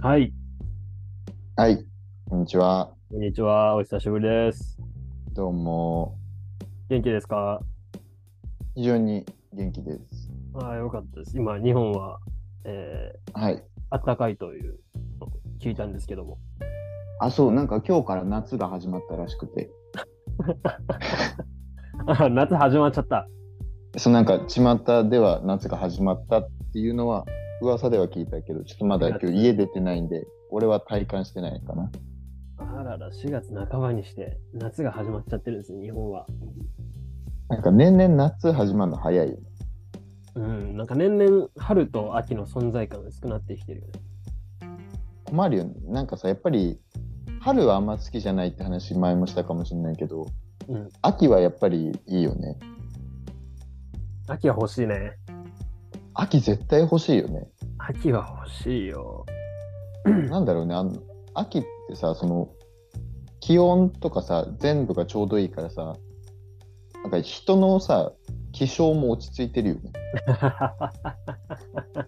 はい、はい、こんにちは。こんにちは。お久しぶりです。どうも。元気ですか非常に元気です。ああ、よかったです。今、日本は、えはい。ー、暖かいというのを聞いたんですけど も。あ、そう、なんか今日から夏が始まったらしくて、あ夏始まっちゃった。そうなんか巷では夏が始まったっていうのは噂では聞いたけど、ちょっとまだ今日家出てないんで、俺は体感してないかな。あらら、4月半ばにして、夏が始まっちゃってるんですね、日本は。なんか年々夏始まるの早いよね。うん、なんか年々、春と秋の存在感が少なってきてるよね。困るよね。なんかさ、やっぱり春はあんま好きじゃないって話前もしたかもしれないけど、うん、秋はやっぱりいいよね。秋は欲しいね。秋絶対欲しいよね。秋は欲しいよ。 なんだろうねあの秋ってさその気温とかさ全部がちょうどいいからさなんか人のさ気象も落ち着いてるよね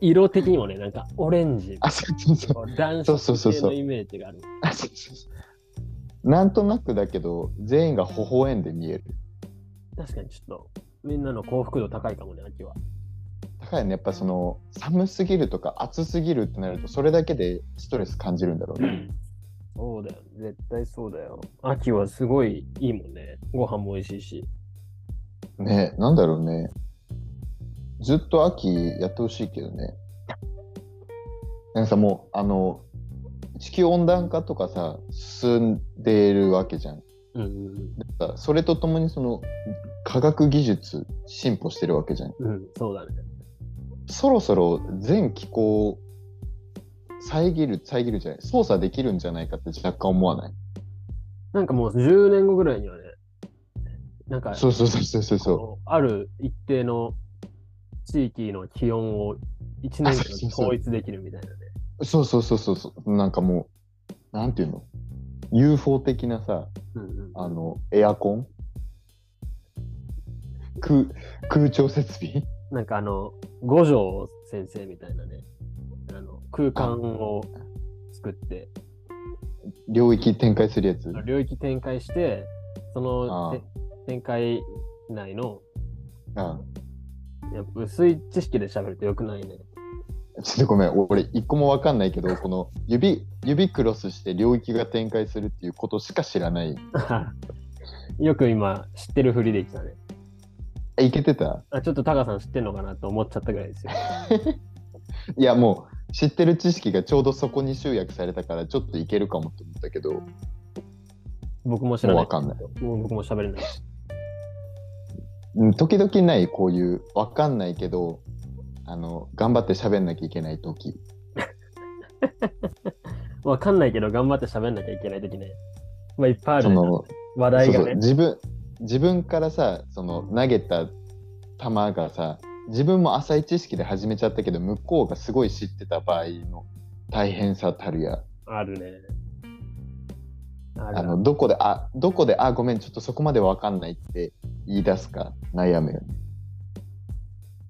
色的にもね、なんかオレンジ、あそうそうそうこう男そう子そうそう系そのうイメージがある。あそうそうそうなんとなくだけど全員が微笑んで見える確かにちょっと、みんなの幸福度高いかもね、秋は。だからねやっぱその寒すぎるとか暑すぎるってなるとそれだけでストレス感じるんだろうねそうだよ、絶対そうだよ。秋はすごいいいもんね。ご飯も美味しいし。ねなんだろうねずっと秋やってほしいけどねなんかさもうあの地球温暖化とかさ進んでいるわけじゃんうん、さそれとともにその科学技術進歩してるわけじゃんうん、うん、そうだね。そろそろ全気候を遮る遮るじゃない操作できるんじゃないかって若干思わないなんかもう10年後ぐらいにはね、なんか、そうそうそうそうそうそうこうある一定の地域の気温を1年あそうそ間うそう統一できるみたいなね。そうそうそうそうそうなんかもうなんていうの UFO 的なさうんうんあの、エアコン空空調設備なんかあの、五条先生みたいなね、あの空間を作って、領域展開するやつ領域展開して、そあのあて展開内のあやっぱ薄い知識で喋るとよくないね。 ちょっとごめんお俺一個もわかんないけどこの指指クロスして領域が展開するっていうことしか知らないよく今知ってるふりできたね。えいけてたあちょっとタカさん知ってんのかなと思っちゃったぐらいですよ。いやもう知ってる知識がちょうどそこに集約されたからちょっといけるかもと思ったけども僕も知うらない。わかんない、もう僕も喋れない。うん、時々ないこういうわかんないけどあの頑張って喋んなきゃいけない時わかんないけど頑張って喋んなきゃいけないときね。まあいっぱいある、そね、の話題そがうそうね。自分自分からさその投げた球がさ自分も浅い知識で始めちゃったけど向こうがすごい知ってた場合の大変さたるやあるね。あるあのどこであどこであごめんちょっとそこまでわかんないって言い出すか悩むよね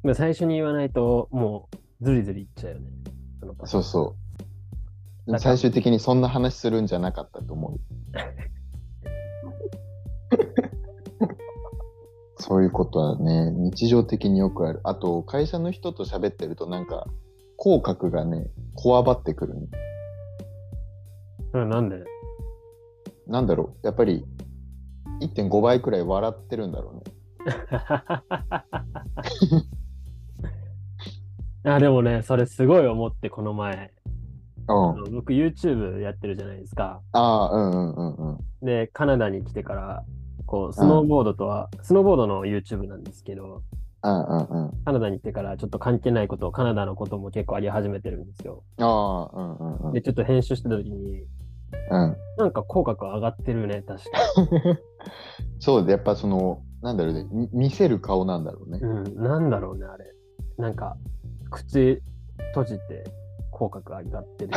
まあ最初に言わないともうずりずりいっちゃうよね。そのそうそなうんか最終的にそんな話するんじゃなかったと思 うそういうことはね日常的によくあるあと会社の人と喋ってるとなんか口角がねこわばってくるねうんなんでなんだろうやっぱり1.5倍くらい笑ってるんだろうね あでもね、それすごい思って、この前、あうんの僕 YouTube やってるじゃないですか。ああうんうんうんうんで、カナダに来てから、こう、スノーボードとは、スノーボードの YouTube なんですけど、うんうんうんカナダに来てからちょっと関係ないことを、カナダのことも結構あり始めてるんですよ。ああうんうんうんで、ちょっと編集してた時に、うんなんか口角上がってるね、確か。そうでやっぱそのなんだろうねみ見せる顔なんだろうねうん、なんだろうね、あれ。なんか、口閉じて口角上がってる。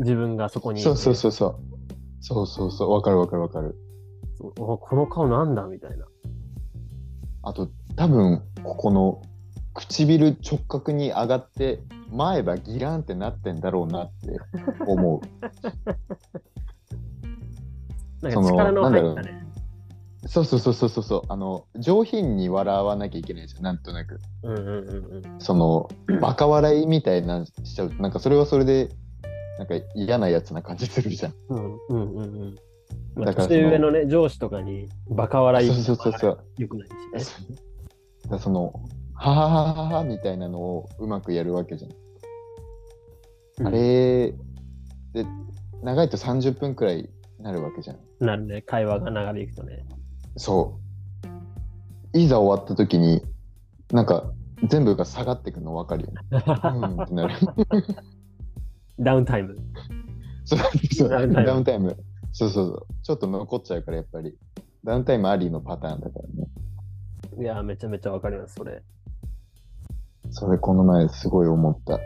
自分がそこにいて。そうそうそうそうそうそうそうわかるわかるわかるそうおこの顔なんだみたいな。あと多分ここの唇直角に上がって前歯ギランってなってんだろうなって 思う。なんかその力の入っなたんだね。そうそうそうそうそうそうあの上品に笑わなきゃいけないじゃんなんとなくうんうんうんうん。そのバカ笑いみたいなしちゃうとなんかそれはそれでなんか嫌なやつな感じするじゃん。うんうんうんうん。まあ、だからその年上のね、上司とかにバカ笑いそうそうそうそう。よくないしね。だからそのははははははみたいなのをうまくやるわけじゃん。あれで長いと30分くらいなるわけじゃん。なるね、会話が長引くとね。そう。いざ終わった時になんか全部が下がってくの分かるよね。うんってなる。ダウンタイム。そうそうダウンタイムダウンタイム。そうそうそう。ちょっと残っちゃうからやっぱり。ダウンタイムありのパターンだからね。いやー、めちゃめちゃわかります、それ。それこの前すごい思った。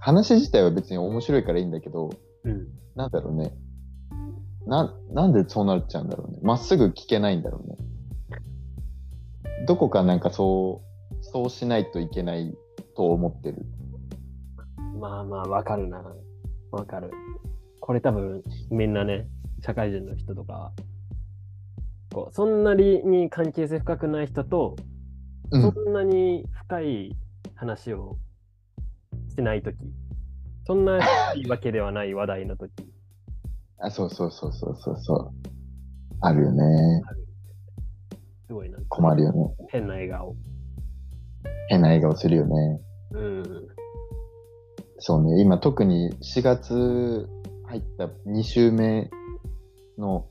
話自体は別に面白いからいいんだけど、うん。なんだろうね。な、なんでそうなっちゃうんだろうね。まっすぐ聞けないんだろうね。どこかなんかそう、そうしないといけないと思ってる。まあまあ、わかるな。わかる。これ多分、みんなね、社会人の人とか、こうそんなにに関係性深くない人と、うんそんなに深い話をしてないとき、そんな深いわけではない話題のとき、あ、そうそうそうそうそうそう。あるよね。すごいなんか困るよね。変な笑顔。変な笑顔するよね。うん。そうね、今特に4月入った2週目の、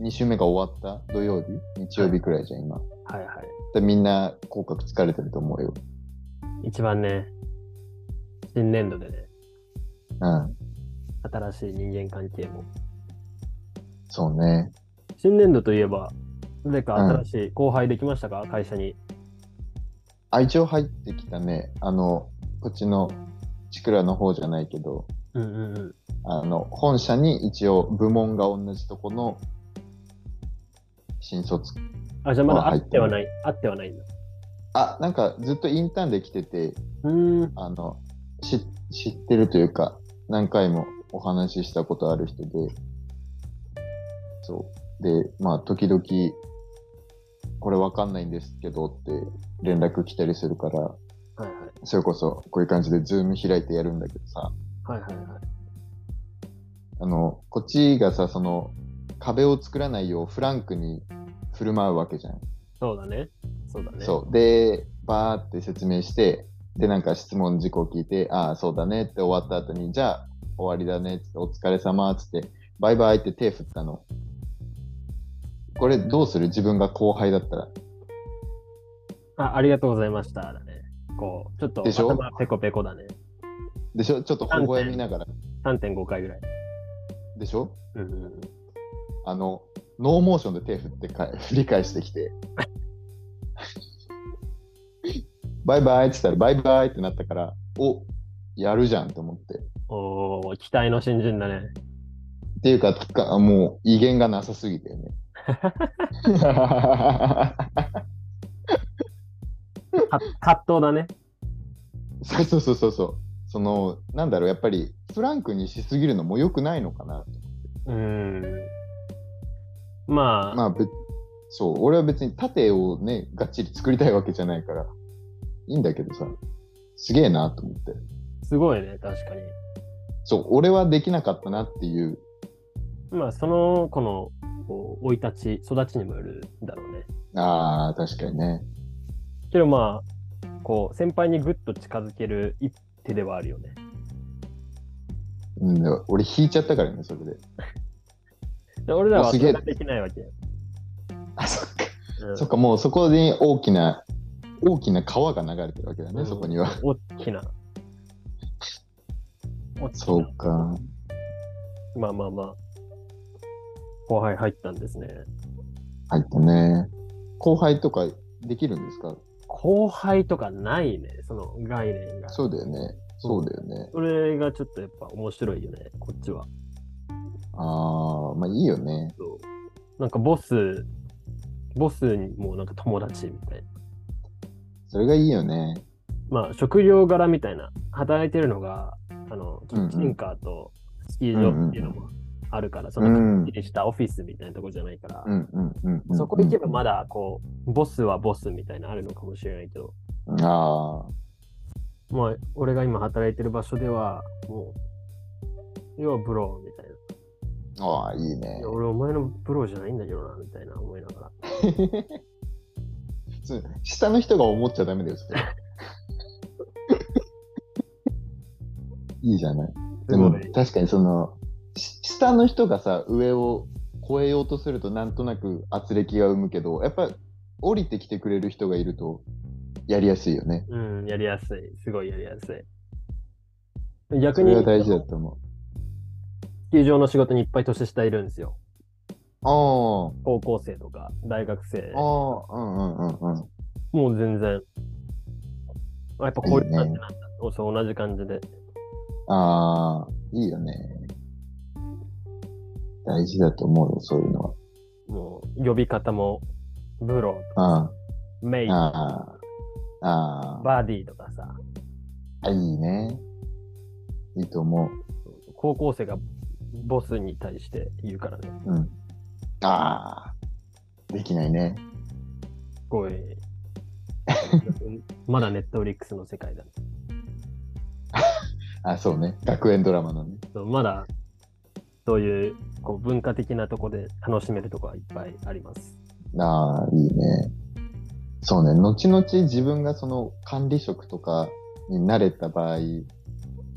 2週目が終わった土曜日、日曜日くらいじゃん、今。はいはい。でみんな口角疲れてると思うよ。一番ね、新年度でね、うん、新しい人間関係も。そうね。新年度といえば、誰かうん新しい後輩できましたか、会社に。愛情入ってきたね、あの、こっちの、ちくらの方じゃないけど、うんうんうん。あの、本社に一応部門が同じとこの、新卒。あ、じゃあまだあ会入っっててはるない。会ってはないんだ。あ、なんかずっとインターンで来てて、うーん。あの、し知ってるというか、何回もお話ししたことある人で、そう。で、まあ、時々、これわかんないんですけどって連絡来たりするから、はいはい。それこそこういう感じでズーム開いてやるんだけどさ、はいはいはい。あの、こっちがさ、その、壁を作らないようフランクに振る舞うわけじゃん。そうだね。そうだね。そう。で、バーって説明して、で、なんか質問事項聞いて、ああ、そうだねって終わった後に、じゃあ、終わりだねっつって、お疲れ様っつって、バイバイって手振ったの。これどうする自分が後輩だったら。あ、ありがとうございました。だね。こう、ちょっとでしょ頭ペコペコだね。でしょちょっと微笑みながら。 3.5回ぐらい。でしょうんうんうん。あの、ノーモーションで手振ってか 振り返してきて。バイバイっつったら、バイバイってなったから、おやるじゃんと思って。おー、期待の新人だね。っていうか、かもう威厳がなさすぎてね。か葛藤だね。そうそうそうそうそう。その、なんだろう、やっぱりフランクにしすぎるのも良くないのかな。うーん。まあ、まあ、べそう、俺は別に盾をね、がっちり作りたいわけじゃないから、いいんだけどさ、すげえなと思って。すごいね、確かに。そう、俺はできなかったなっていう、まあ、その子のこう生い立ち、育ちにもよるんだろうね。ああ、確かにね。けどまあ、こう、先輩にぐっと近づける一手ではあるよね。うん、俺引いちゃったからね、それで。で俺らはあそすげれえができないわけよ。あ、そっか。うんそっか、もうそこに大きな、大きな川が流れてるわけだうね、んそこには。大きな。大きなそうか。まあまあまあ。後輩入ったんですね。入ったね。後輩とかできるんですか後輩とかないね、その概念が。そそうだよね。そうだよね。れがちょっとやっぱ面白いよね、こっちは。ああ、まあいいよね。そうなんかボス、ボスにもなんか友達みたいな。それがいいよね。まあ、職業柄みたいな、働いてるのが、あの、キうんうんッチンカーとスキー場っていうのもあるから、そんな感じでしたオフィスみたいなとこじゃないから、うんうんうんうん。そこ行けばまだ、こう、ボスはボスみたいなのあるのかもしれないけど、あまあ、俺が今働いてる場所では、もう、要はブローみたいな。あ。ああ、いいねいや。俺、お前のブローじゃないんだけどな、みたいな思いながら。そう下の人が思っちゃダメだ よ、それいいじゃない。ですもごい。確かにその、し下の人がさ、上を越えようとするとなんとなく圧力が生むけど、やっぱ降りてきてくれる人がいるとやりやすいよね。うん、やりやすい。すごいやりやすい。逆そにれ、は大事だと思スキー場の仕事にいっぱい年下いるんですよ。う。高校生とか、大学生あ。あ、ああ、うんうんうんうん。もう全然。あやっぱこういう感じなんだ。そう、同じ感じで。ああ、いいよね。大事だと思うよ、そういうのは。もう、呼び方も、ブロああ。ー、メイ、ああ。あバディとかさ、あ。いいね。いいと思う。高校生がボスに対して言うからね。うん。ああ。できないね。すごい。 まだネットフリックスの世界だ、あ、そうね。学園ドラマのね。そうまだ、そういうこう文化的なとこで楽しめるとこはいっぱいあります。ああ、いいね。そうね。後々自分がその管理職とかになれた場合、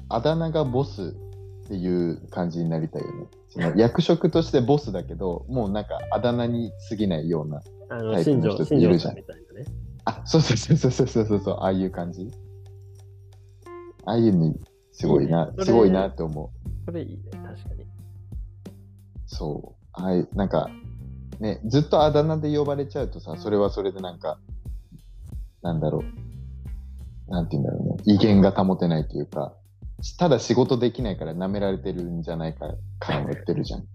あだ名がボスっていう感じになりたいよね。その役職としてボスだけど、もうなんかあだ名に過ぎないような。あタの、イプ新の庄人、って新い庄さるじゃんんみたいなね。あ、そうそうそうそうそうそうそう、ああいう感じ。ああいうのすごいいいなね、それすごいなって思う。それいいね、確かに。そう。はい、なんか、ね、ずっとあだ名で呼ばれちゃうとさ、それはそれでなんか、なんだろう。なんて言うんだろうね。威厳が保てないというか、しただ仕事できないから舐められてるんじゃないか、感を売ってるじゃん。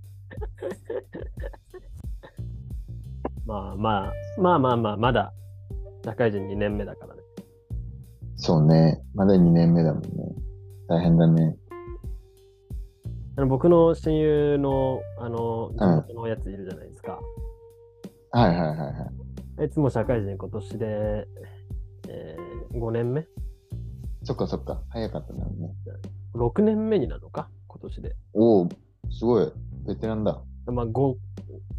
まあまあ、まあまあまあ、まだ社会人2年目だからね。そうね。まだ2年目だもんね。大変だね。あの僕の親友の、あの、地元のやついるじゃないですか。はいはいはいはい。いつも社会人今年で、えー、5年目そっかそっか。早かったんだろうね。 ?6 年目になるのか今年で。おお、すごい。ベテランだ。まあ5、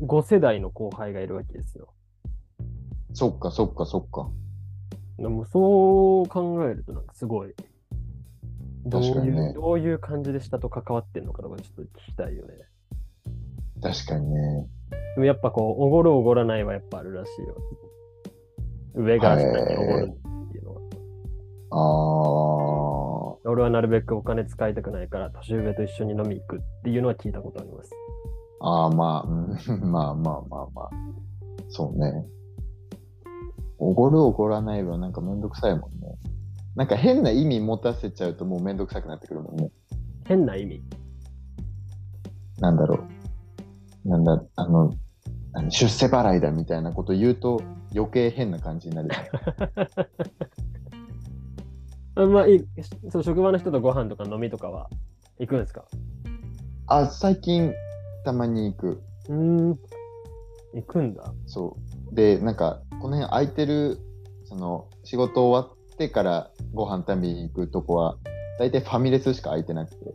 5世代の後輩がいるわけですよ。そっかそっかそっか。でもそう考えるとなんかすごい。どう確かいにう、ねどういう感じで下と関わってんのかとかちょっと聞きたいよね。確かにね。でもやっぱこう、おごるおごらないはやっぱあるらしいよ。上が下におごるっていうのは。ああ。俺はなるべくお金使いたくないから、年上と一緒に飲み行くっていうのは聞いたことあります。ああ、まあ、うん まあまあまあまあ。そうね。おごるおごらないはなんかめんどくさいもんね。なんか変な意味持たせちゃうともうめんどくさくなってくるもんね。変な意味。 なんだろう。なんだ、あの、何出世払いだみたいなこと言うと余計変な感じになるよね。あまあいい、そう職場の人とご飯とか飲みとかは行くんですかあ、最近たまに行く。うーん。行くんだ。そう。で、なんか、この辺空いてる、その、仕事終わってからご飯食べに行くとこは、大体ファミレスしか空いてなくて。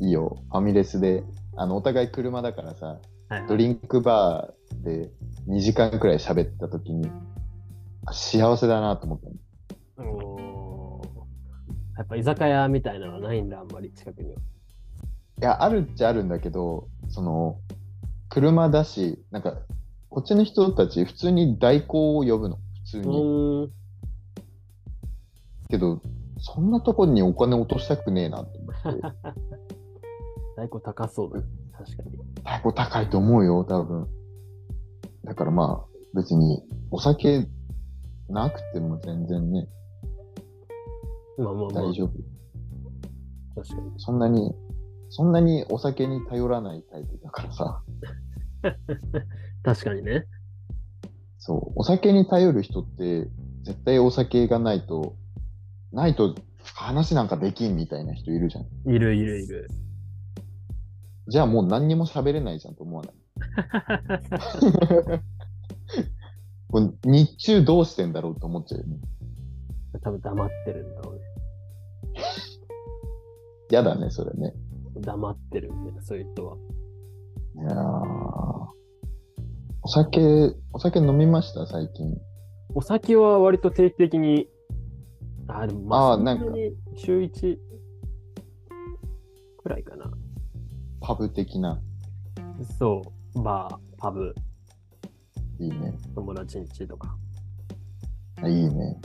いいよ、ファミレスで、あの、お互い車だからさ、はいドリンクバーで2時間くらい喋った時に、あ幸せだなと思ったのおーやっぱ居酒屋みたいなのはないんだ、あんまり近くには。いや、あるっちゃあるんだけど、その、車だし、なんか、こっちの人たち、普通に代行を呼ぶの、普通うに。ーん。けど、そんなとこにお金落としたくねえなって思って。大根高そうだね。確かに。太鼓高いと思うよ、多分。だからまあ、別にお酒なくても全然ね、まあまあまあ大、丈夫。確かに。そんなに、そんなにお酒に頼らないタイプだからさ。確かにね。そう、お酒に頼る人って、絶対お酒がないと、ないと話なんかできんみたいな人いるじゃん。いるいるいる。 じゃあもう何にも喋れないじゃんと思わない。これ日中どうしてんだろうと思っちゃうよね。多分黙ってるんだろうね。嫌だね、それね。黙ってるみたいな、そういう人は。いやーお酒、お酒飲みました、最近。お酒は割と定期的に、あ、でもまあ、あーなんかそなに週1くらいかな。パブ的な。そう、バー、パブ、いいね。友達ん家とか。あいいね。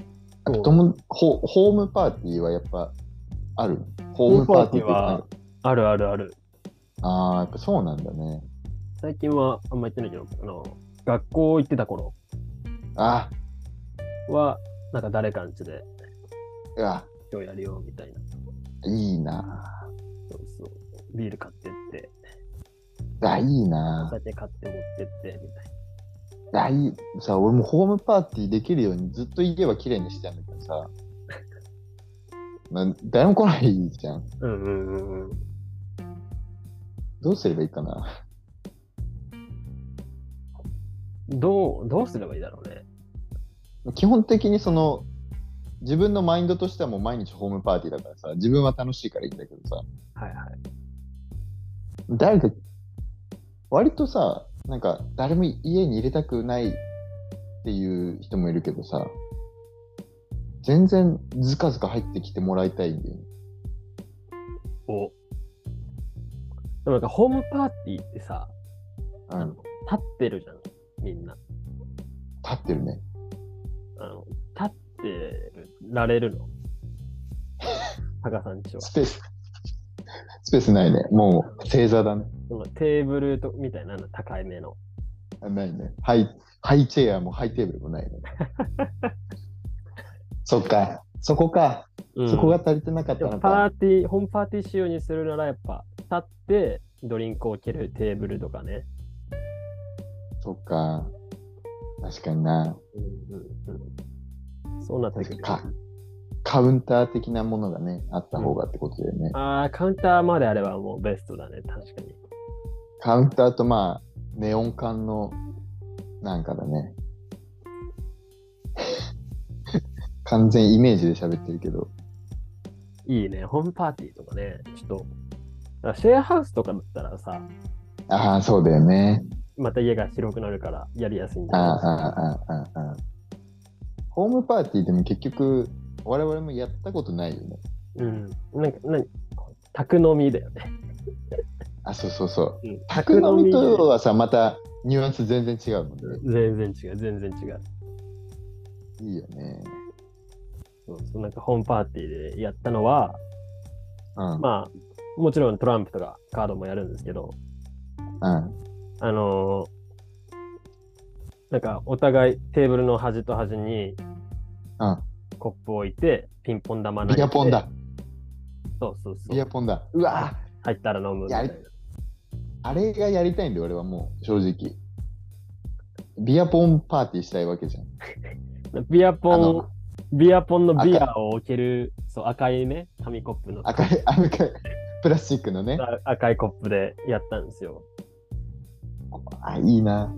あそうともホホームパーティーはやっぱあるホームパーティホーーってあムパーるテあるあるある。あーやっぱそうなんだね。最近はあんま行ってないけど、あの、学校行ってた頃あは、なんか誰かん家でうわ今日やるよみたいな。いいなそうそう。ビール買ってって、あいいおな酒買って持ってって、みたいな。あいいさ俺もホームパーティーできるようにずっと家は綺麗にしてたんだけどさな誰も来ないじゃんうんうんうんうん。どうすればいいかなどう、どうすればいいだろうね。基本的にその自分のマインドとしてはもう毎日ホームパーティーだからさ自分は楽しいからいいんだけどさはいはい。誰か、割とさ、なんか誰も家に入れたくないっていう人もいるけどさ、全然ずかずか入ってきてもらいたいんだよね。お。でもなんかホームパーティーってさ、うん、立立ってるじゃん、みんな。ってるね。あの、立ってられる の。タカさんちは。スペース、スペースないね。もう正座だね。でもテーブルとみたいなの高いめの。あないね。ハイ、ハイチェアもハイテーブル もないね。そっか、そこか、うんそこが足りてなかったでものパか。ーティー、ホームパーティー仕様にするならやっぱ、立ってドリンクを置けるテーブルとかね。そっか、確かにな。うんうんうん、そうなってくる。かカウンター的なものがね、あった方がってことだよね。ああ、カウンターまであればもうベストだね、確かに。カウンターとまあ、ネオン管のなんかだね。 完全イメージで喋ってるけど。いいね、ホームパーティーとかね、ちょっと。だからシェアハウスとかだったらさ、ああ、そうだよね。また家が広くなるからやりやすいんああ、だああ、ああ、ああ。ホームパーティーでも結局、我々もやったことないよね。けど。うん。なんか、何宅飲みだよね。あ、そうそうそう。 うん宅飲みとはさ、またニュアンス全然違うもんね。全然違う、全然違う。いいよね。そうそうなんかホームパーティーでやったのは、うん。まあ、もちろんトランプとかカードもやるんですけど、うん。あのーなんかお互いテーブルの端と端にうん。コップを置いて、ピンポン玉投げて。ビアポンだ。。そうそうそビアう。ポンだ。うわぁ入ったら飲むみたいなや。あれがやりたいんだよ、俺はもう、正直。ビアポンパーティーしたいわけじゃん。ビアあポのン、ビアポンのビアを置ける、そう、赤いね、紙コップの赤い、赤い、プラスチックのね。あ赤いコップでやったんですよ。あ、いいな。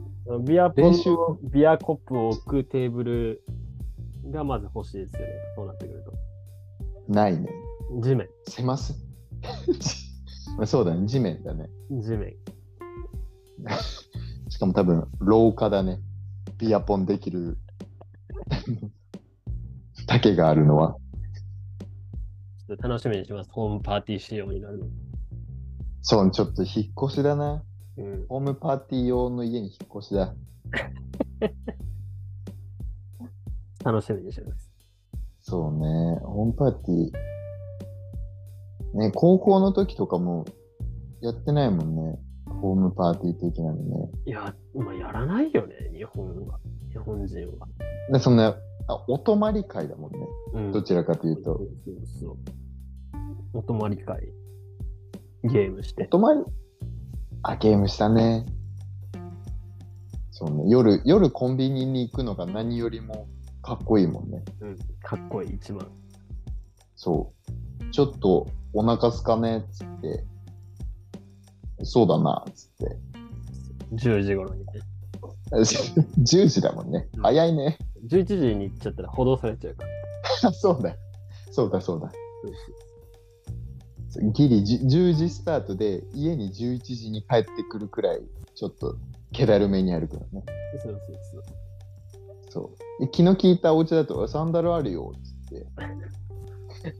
ビアポン練習のビアコップを置くテーブルがまず欲しいですよね。そうなってくると。ないね。地面、狭す。 まあそうだね、地面だね。地面。しかも多分、廊下だね。ビアポンできる。 竹があるのは。ちょっと楽しみにします。ホームパーティー仕様になるの。そう、ちょっと引っ越しだな。うん。ホームパーティー用の家に引っ越しだ。楽しみにしてます。そうね、ホームパーティー。ね、高校の時とかもやってないもんね。ホームパーティー的なのね。いや、今やらないよね、日本は。日本人は。で、そんな、あお泊まり会だもんね。うんどちらかというそと。うそうそうお泊まり会。ゲームしおて。泊まりあ、ゲームしたね。そうね、夜、夜コンビニに行くのが何よりもかっこいいもんね。うん、かっこいい、一番。そう。ちょっとお腹すかねっつって、そうだなっつって。 10時頃にね。 10時だもんねう。ん早いね。 11時に行っちゃったら補導されちゃうから。そうだ。そうだそうだ。ギリじ10時スタートで家に11時に帰ってくるくらいちょっと気だるめに歩くのね。そうそうそう。そう。で気の利いたお家だとサンダルあるよっつって。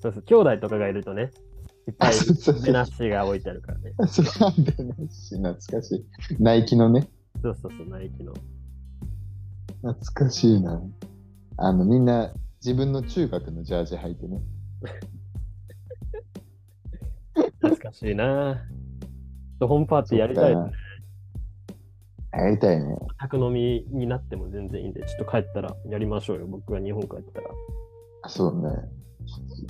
そうそう。兄弟とかがいるとね、いっぱい そうそう目なしが置いてあるからね。そうなんだよね。懐かしい。ナイキのね。そうそうそう、ナイキの。懐かしいな。あの、みんな自分の中学のジャージ履いてね。懐かしいなぁ。ホームパーティーやりたいですね。やりたいね。宅飲みになっても全然いいんで、ちょっと帰ったらやりましょうよ。僕が日本帰ったら。あそうね。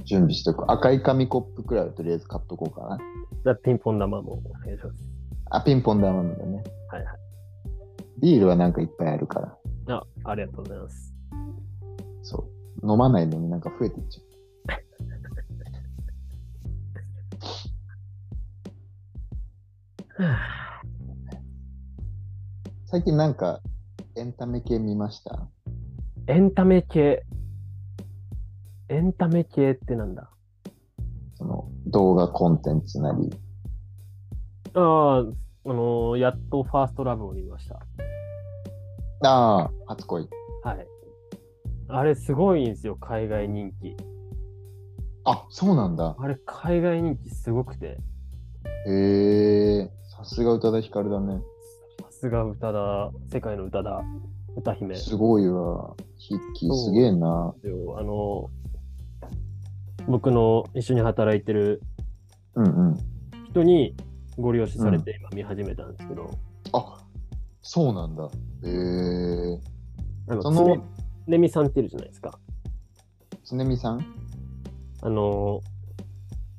準備しとく。赤い紙コップくらいはとりあえず買っとこうかな。じゃあピンポン玉もお願いします。あ、ピンポン玉なんだね。はいはい。ビールはなんかいっぱいあるから。あ、ありがとうございます。そう。飲まないのになんか増えていっちゃう。最近なんかエンタメ系見ましたエンタメ系。エンタメ系ってなんだその動画コンテンツなり。ああ、あのーやっとファーストラブを見ました。ああ、初恋。はい。あれすごいんですよ、海外人気。あ、そうなんだ。あれ海外人気すごくて、へえ、さすが宇多田ヒカルだね。さすが歌だ、世界の歌だ、歌姫。すごいわ。ヒッキーそうすげえな。あのー僕の一緒に働いてるうんうん。人にご利用しされて今見始めたんですけど、あ、そうなんだ。へえ。あのそつねの、つねみさんっているじゃないですか。つねみさんあの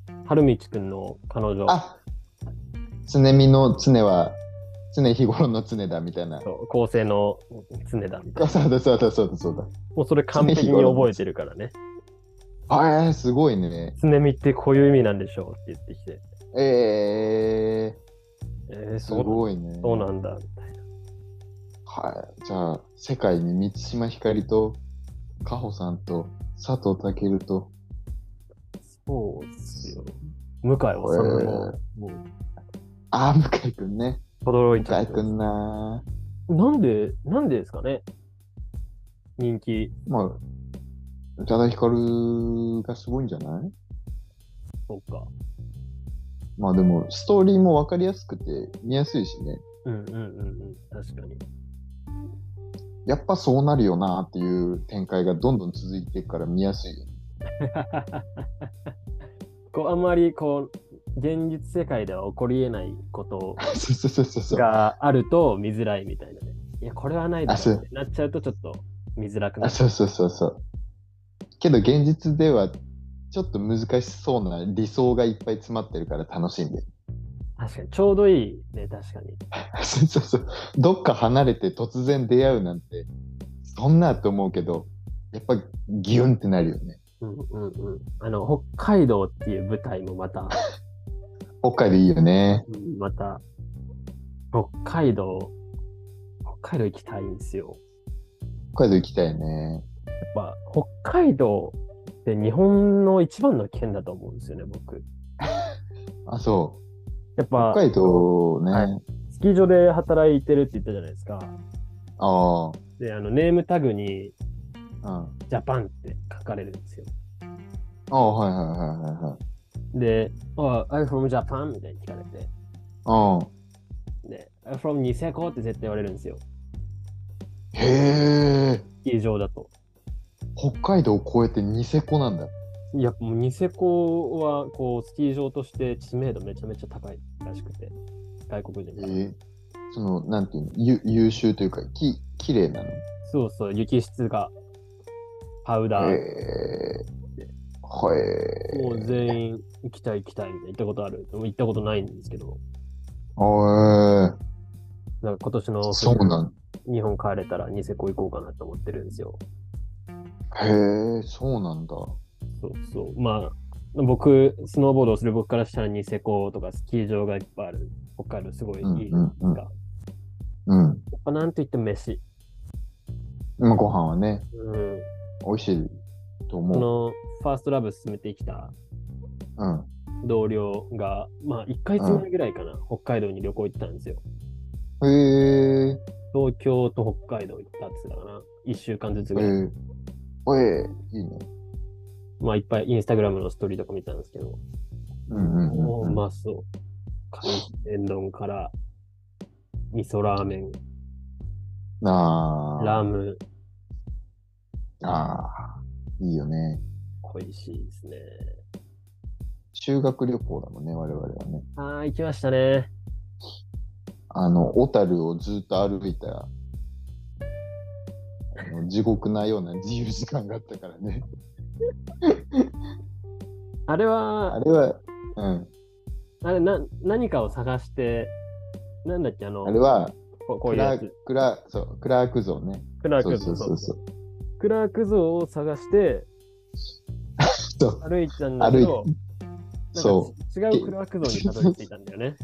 ー、はるみちくんの彼女、あ、つねみのつねは、常日頃の常だみたいな。そう構成の常だみたいあな。そうだそうだそうだそうだ。もうそれ完璧に覚えてるからね。あえー、すごいね。つねみってこういう意味なんでしょうって言ってきて。ええー、ー、すそうごいね。そうなんだみたいな。はい。じゃあ、世界に満島ひかりと、かほさんと、佐藤健と、そうっすよ。向井治も、もう、あー、向井くんね。驚いち向ゃ井ってくんななんで、なんでですかね人気。ー。まあ、宇多田ヒカルがすごいんじゃないそっか。まあでも、ストーリーもわかりやすくて、見やすいしね。うんうんうんうん。確かに。やっぱそうなるよなーっていう展開がどんどん続いていくから見やすいよね。 こうあんまりこう現実世界では起こりえないことそうそうそうそうそう。があると見づらいみたいなね。いや、これはないだあそろううってなっちゃうとちょっと見づらくなある。そうそうそうそう。けど現実ではちょっと難しそうな理想がいっぱい詰まってるから楽しいんで。確かに、ちょうどいいね、確かに。そうそうそう。どっか離れて突然出会うなんて、そんなと思うけど、やっぱギュンってなるよね。うんうんうん。あの、北海道っていう舞台もまた、北海道いいよね。うんまた、北海道、北海道行きたいんですよ。北海道行きたいね。やっぱ、北海道って日本の一番の県だと思うんですよね、僕。あ、そやっう。ぱ北、海道ね。はいスキー場で働いてるって言ったじゃないですか。あで、あの、ネームタグに、あ。うん。ジャパンって書かれるんですよ。ああ、はいはいはいはいはい。で、あ、I'm from Japan みたいに聞かれて、うん。で、I'm from ニセコって絶対言われるんですよ。へえ。スキー場だと。北海道を越えてニセコなんだ。いや、もうニセコは、こう、スキー場として知名度めちゃめちゃ高いらしくて、外国人えから。ー、その、なんていうの、ゆ優秀というか、き、綺麗なの。そうそう、雪質が、パウダー、へえ。はい。もう全員行きたい行きたいみたいな行ったことある。行ったことないんですけど、あなんか今年のあ、そうなん日本帰れたらニセコ行こうかなと思ってるんですよ。へえ、そうなんだ。そうそう。まあ、僕、スノーボードをする僕からしたらニセコとかスキー場がいっぱいある。北海道すごいいいうんですうが、んうん。うん。やっぱなんといっても飯。まあ、ご飯はね、うん。美味しいとそ思う。の、ファーストラブ進めてきたうん。同僚が、まあ、1ヶ月前ぐらいかな、北海道に旅行行ったんですよ。へえ、東京と北海道行ったって言ってたかな。1週間ずつえぐらい。ー、おえいいね。まあ、いっぱいインスタグラムのストーリーとか見たんですけど、うんうんもうううんうん。まそう。海鮮丼から、味噌ラーメン、あーラム、あー、いいよね。恋しいですね。修学旅行だもんね、我々はね。ああ、行きましたね。あの、小樽をずっと歩いたら、あの地獄なような自由時間があったか らね。あれは、ああれれは、うん、な何かを探して、なんだっけ、あの、あれは、ここうクいうやラつ。クラそうクラーク像ね。クラーそうクそ像。うそうそう。クラーク像を探して、 そう歩いてたんだけど、歩いなんかそち違うクラーク像にたどり着いたんだよね。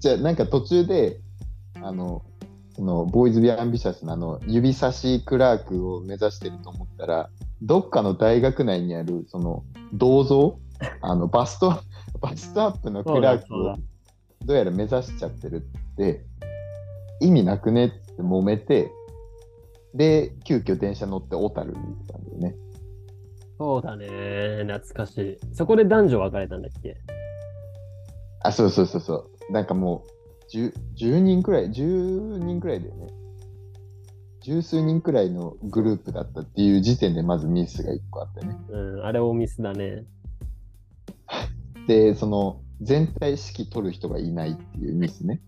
じゃあ、なんか途中で、あの、そのボーイズ・ビア・アンビシャスのあの指差しクラークを目指してると思ったら、どっかの大学内にあるその銅像、あのバスト、 バストアップのクラークそうだをそどうやら目指しちゃってるって、意味なくねって揉めて、で、急遽電車乗って小樽に行ったんだよね。そうだね。懐かしい。そこで男女別れたんだっけあ、そうそうそうそう。なんかもう、10, 10人くらい、10人くらいだよね。十数人くらいのグループだったっていう時点でまずミスが1個あってね。うん、あれ大ミスだね。で、その全体指揮取る人がいないっていうミスね。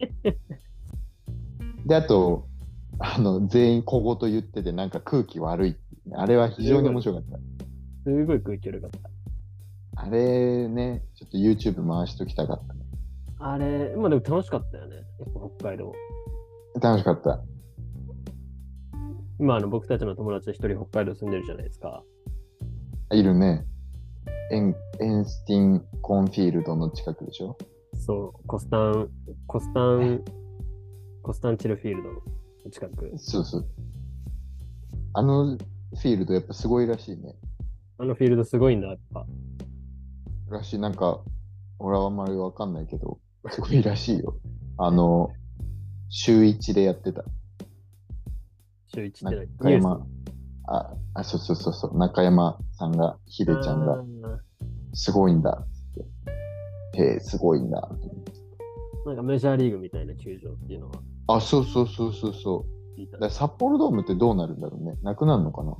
で、あと、あの全員小言言っててなんか空気悪いっていうねあれは非常に面白かった。すごい空気悪かった。あれね、ちょっと YouTube 回しときたかったね。あれ、まあでも楽しかったよね。やっぱ北海道。楽しかった。今、あの、僕たちの友達一人北海道住んでるじゃないですか。いるね。エンエンスティン・コンフィールドの近くでしょそう、コスタン、コスタン、コスタンチルフィールドの近く。そうそう。あのフィールドやっぱすごいらしいね。あのフィールドすごいんだ、やっぱ。らしい、なんか、俺はあんまりわかんないけど、すごいらしいよ。あの、週一でやってた。週一って中山、あ、あ、そうそうそうそう、中山さんが、ヒデちゃんあーが、すごいんだっつって。へえ、すごいんだって。なんかメジャーリーグみたいな球場っていうのはあ、そうそうそうそうそう。聞いただから札幌ドームってどうなるんだろうね。なくなるのかな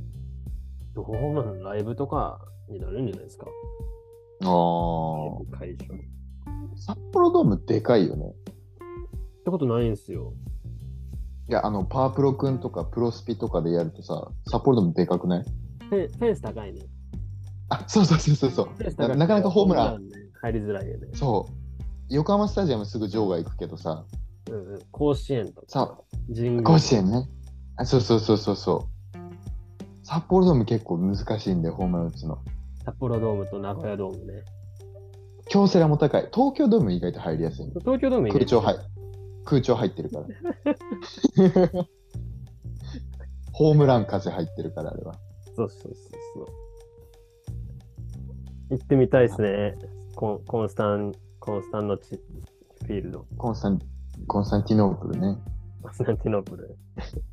どうなんライブとかになるんじゃないですかあライあ。ブ会場。って札幌ドームでかいよね。ことないんですよ。いや、あの、パワープロくんとかプロスピとかでやるとさ、札幌ドームでかくない フェフェンス高いね。あ、そうそうそうそうそうフェンス高いな。なかなかホームラン、ね入りづらいよね。そう。横浜スタジアムすぐ場外行くけどさ、うんうん、甲子園とか。さ、神宮甲子園ね。あ、そうそうそうそうそう。札幌ドーム結構難しいんだよ、ホームラン打つの。札幌ドームと名古屋ドームね。京セラも高い。東京ドーム意外と入りやすい。東京ドームいいね空調入、空調入ってるから。ホームラン風入ってるから、あれは。そうそうそうそう。行ってみたいですね。コンコンスタン、コンスタンのチフィールド、コンスタン、コンスタンティノープルね。コンスタンティノープル。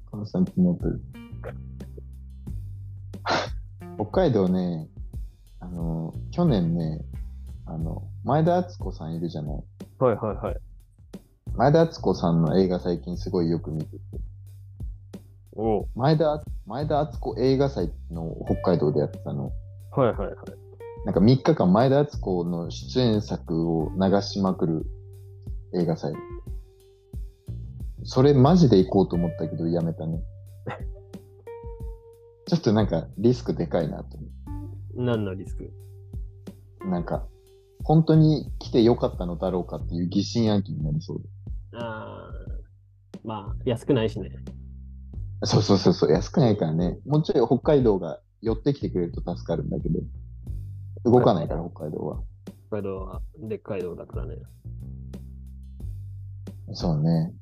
コンスタンティノープル。 北海道ね、あの、去年ね、あの、前田敦子さんいるじゃない。はいはいはい。前田敦子さんの映画最近すごいよく見てて、おう前田、前田敦子映画祭の北海道でやってたの。はいはいはい。なんか3日間前田敦子の出演作を流しまくる映画祭。それマジで行こうと思ったけどやめたね。 ちょっとなんかリスクでかいなと思何のリスクう。なんか本当に来てよかったのだろうかっていう疑心暗鬼になりそうで。ああ、まあ、安くないしね。そうそうそうそう、安くないからね。もうちょい北海道が寄ってきてくれると助かるんだけど、動かないから、北海道は。北海道はでっかい道だからね。そうね。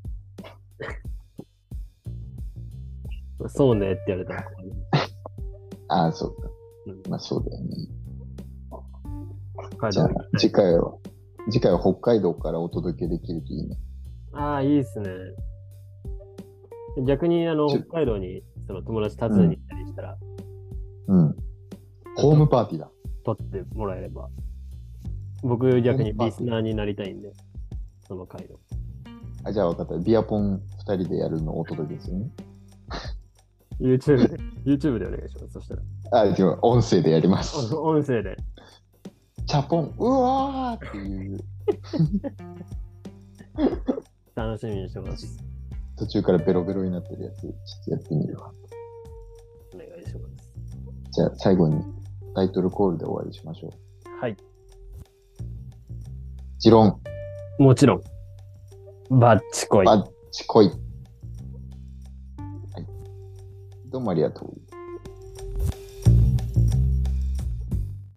そうねって言われたら、ああ、そうか。うんまあそうだよね。北海じゃ道あ、次回は、次回は北海道からお届けできるといいね。ああ、いいですね。逆に、あの、ちょ北海道に、その友達立つに行ったりしたら、うん。ホームパーティーだ。撮ってもらえれば。僕、逆にリスナーになりたいんで、その回の。あじゃあ分かった。ビアポン2人でやるのをお届けするね。 YouTube で、YouTube でお願いします。そしたら、あ、違う。音声でやります。お音声で。チャポン、うわーっていう、楽しみにしてます。途中からベロベロになってるやつ、ちょっとやってみるわ。お願いします。じゃあ、最後にタイトルコールで終わりしましょう。はい。持論、もちろん。バッチコイ。バッチコイ。はい。どうもありがとう。